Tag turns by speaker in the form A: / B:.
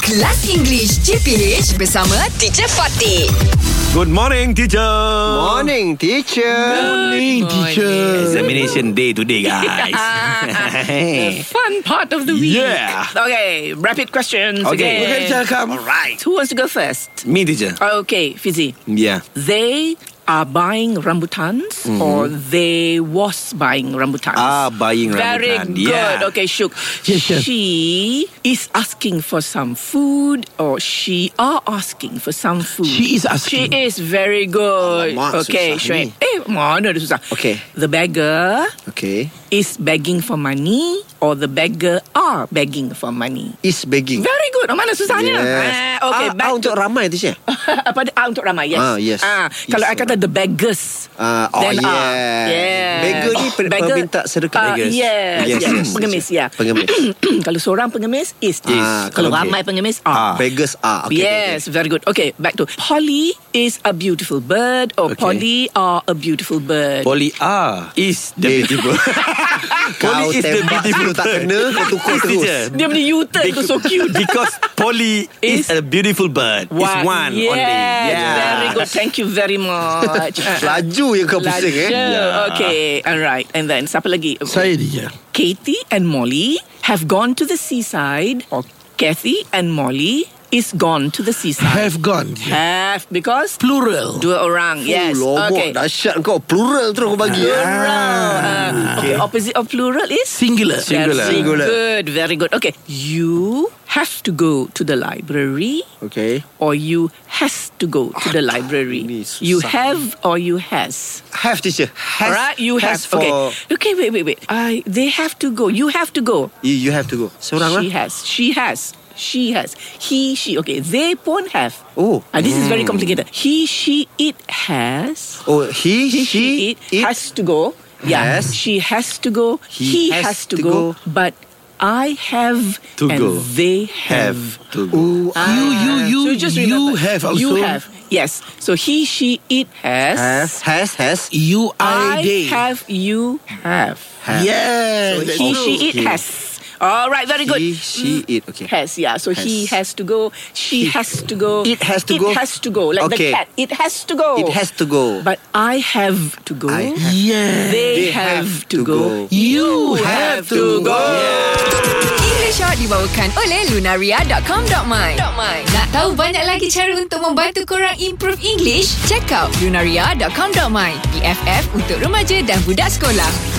A: Kelas English CPH bersama Teacher Fatih.
B: Good morning, teacher.
C: Morning, teacher.
B: Morning, teacher. Examination day today, guys.
D: The fun part of the week.
B: Yeah.
D: Okay, rapid questions.
B: Okay.
D: again.
B: Okay, cakap. Alright.
D: Who wants to go first?
B: Me, teacher.
D: Okay, Fizzy.
B: Yeah.
D: They are buying rambutans or they was buying rambutans?
B: Mm-hmm. Ah, buying
D: Very
B: rambutan.
D: good.
B: Yeah.
D: Okay, Shuk.
B: Yes, yes.
D: She is asking for some food or she are asking for some food.
B: She is asking. Oh,
D: She is very good.
C: Alamak,
D: okay,
C: susah
D: Shuk. Eh, mana dia susah.
C: Okay.
D: The beggar
C: Okay.
D: is begging for money or the beggar are begging for money?
C: Is begging.
D: Very good. Oh, mana susahnya?
C: Yes.
D: Ah, okay,
C: ah, ah, untuk ramai teacher.
D: pada ah, untuk ramai, yes.
C: Ah, yes.
D: Ah,
C: Yes,
D: kalau I kata the beggars.
C: Ah, oh,
D: then ah,
C: yes.
D: yes. Oh,
C: Beggar ni pe- peminta sedekah.
D: Ah,
C: Beggars.
D: yes. Yes,
C: Yes, yes.
D: Pengemis, ya.
C: Pengemis.
D: kalau seorang pengemis, is.
C: Ah,
D: kalau
C: okay.
D: ramai pengemis, are.
C: Beggars are. Okay,
D: yes, very good. Okay, back to Polly is a beautiful bird or
C: Okay.
D: Polly are a beautiful bird.
B: Polly R is the beautiful.
C: Okay, okay. Eh, Kau
B: Polly is the
C: tembak
B: beautiful
C: dulu tak kena, kau tukar
B: Yes,
C: terus.
B: teacher.
D: Dia punya U-turn tu so cute.
B: Because Polly is,
D: Is-
B: a beautiful bird. It's one
D: yes,
B: only.
D: Very good. Thank you very much. Ah, ah.
C: Laju je kau pusing, eh?
D: Laju.
B: Yeah.
D: Okay. Alright. And then siapa lagi?
E: Saya dia
D: Katie and Molly have gone to the seaside. Or Kathy and Molly is gone to the seaside.
E: Have gone dia.
D: Have because
E: Plural
D: dua orang. Yes.
C: Uh, Lobok,
D: okay.
E: Ah.
C: dahsyat kau. Plural terus kau bagi. eh.
D: Plural. Ah, okay. Opposite of plural is
E: Singular
D: Very
C: Singular.
D: good. Very good. Okay. You have to go to the library.
C: Okay.
D: or you has to go to the library.
C: ini susah
D: You have or you has.
C: Have teacher. Has,
D: All right, you
C: has
D: has.
C: for,
D: okay, okay, wait, wait, wait. I they have to go. You have to go.
C: You, you have to go. Seorang lah.
D: she has. She has. She has. He, she. Okay, they pun have.
C: Oh.
D: Ah, this is very complicated. He, she, it has.
C: Oh, he, she,
D: She, it,
C: it.
D: has to go. Yeah,
C: Yes.
D: she has to go. He, has, to, go. But I have
B: To
D: and
B: go.
D: they have.
B: to
E: Ooh,
B: go.
E: You you you
D: So just
E: You
D: remember,
E: have also
D: You have. Yes. So he, she, it
C: Has,
D: has.
C: has, has.
E: You I,
D: I
E: they
D: have. You have.
C: have.
E: Yes
D: So he, she,
C: Okay.
D: it has. All right. Very good.
C: He, she, it. Okay.
D: Has. Yeah. So he
C: Has.
D: has to go. She has to go.
C: It has to
D: it
C: go.
D: has to go. Like
C: Okay.
D: the cat. It has to go.
C: It has to go.
D: But I have to go.
C: I have-
E: Yeah
D: They,
C: They
D: have, to go.
E: You have to
D: go.
A: English Hot dibawakan oleh Lunaria.com.my Nak tahu banyak lagi cara untuk membantu korang improve English? Check out Lunaria.com.my BFF untuk remaja dan budak sekolah.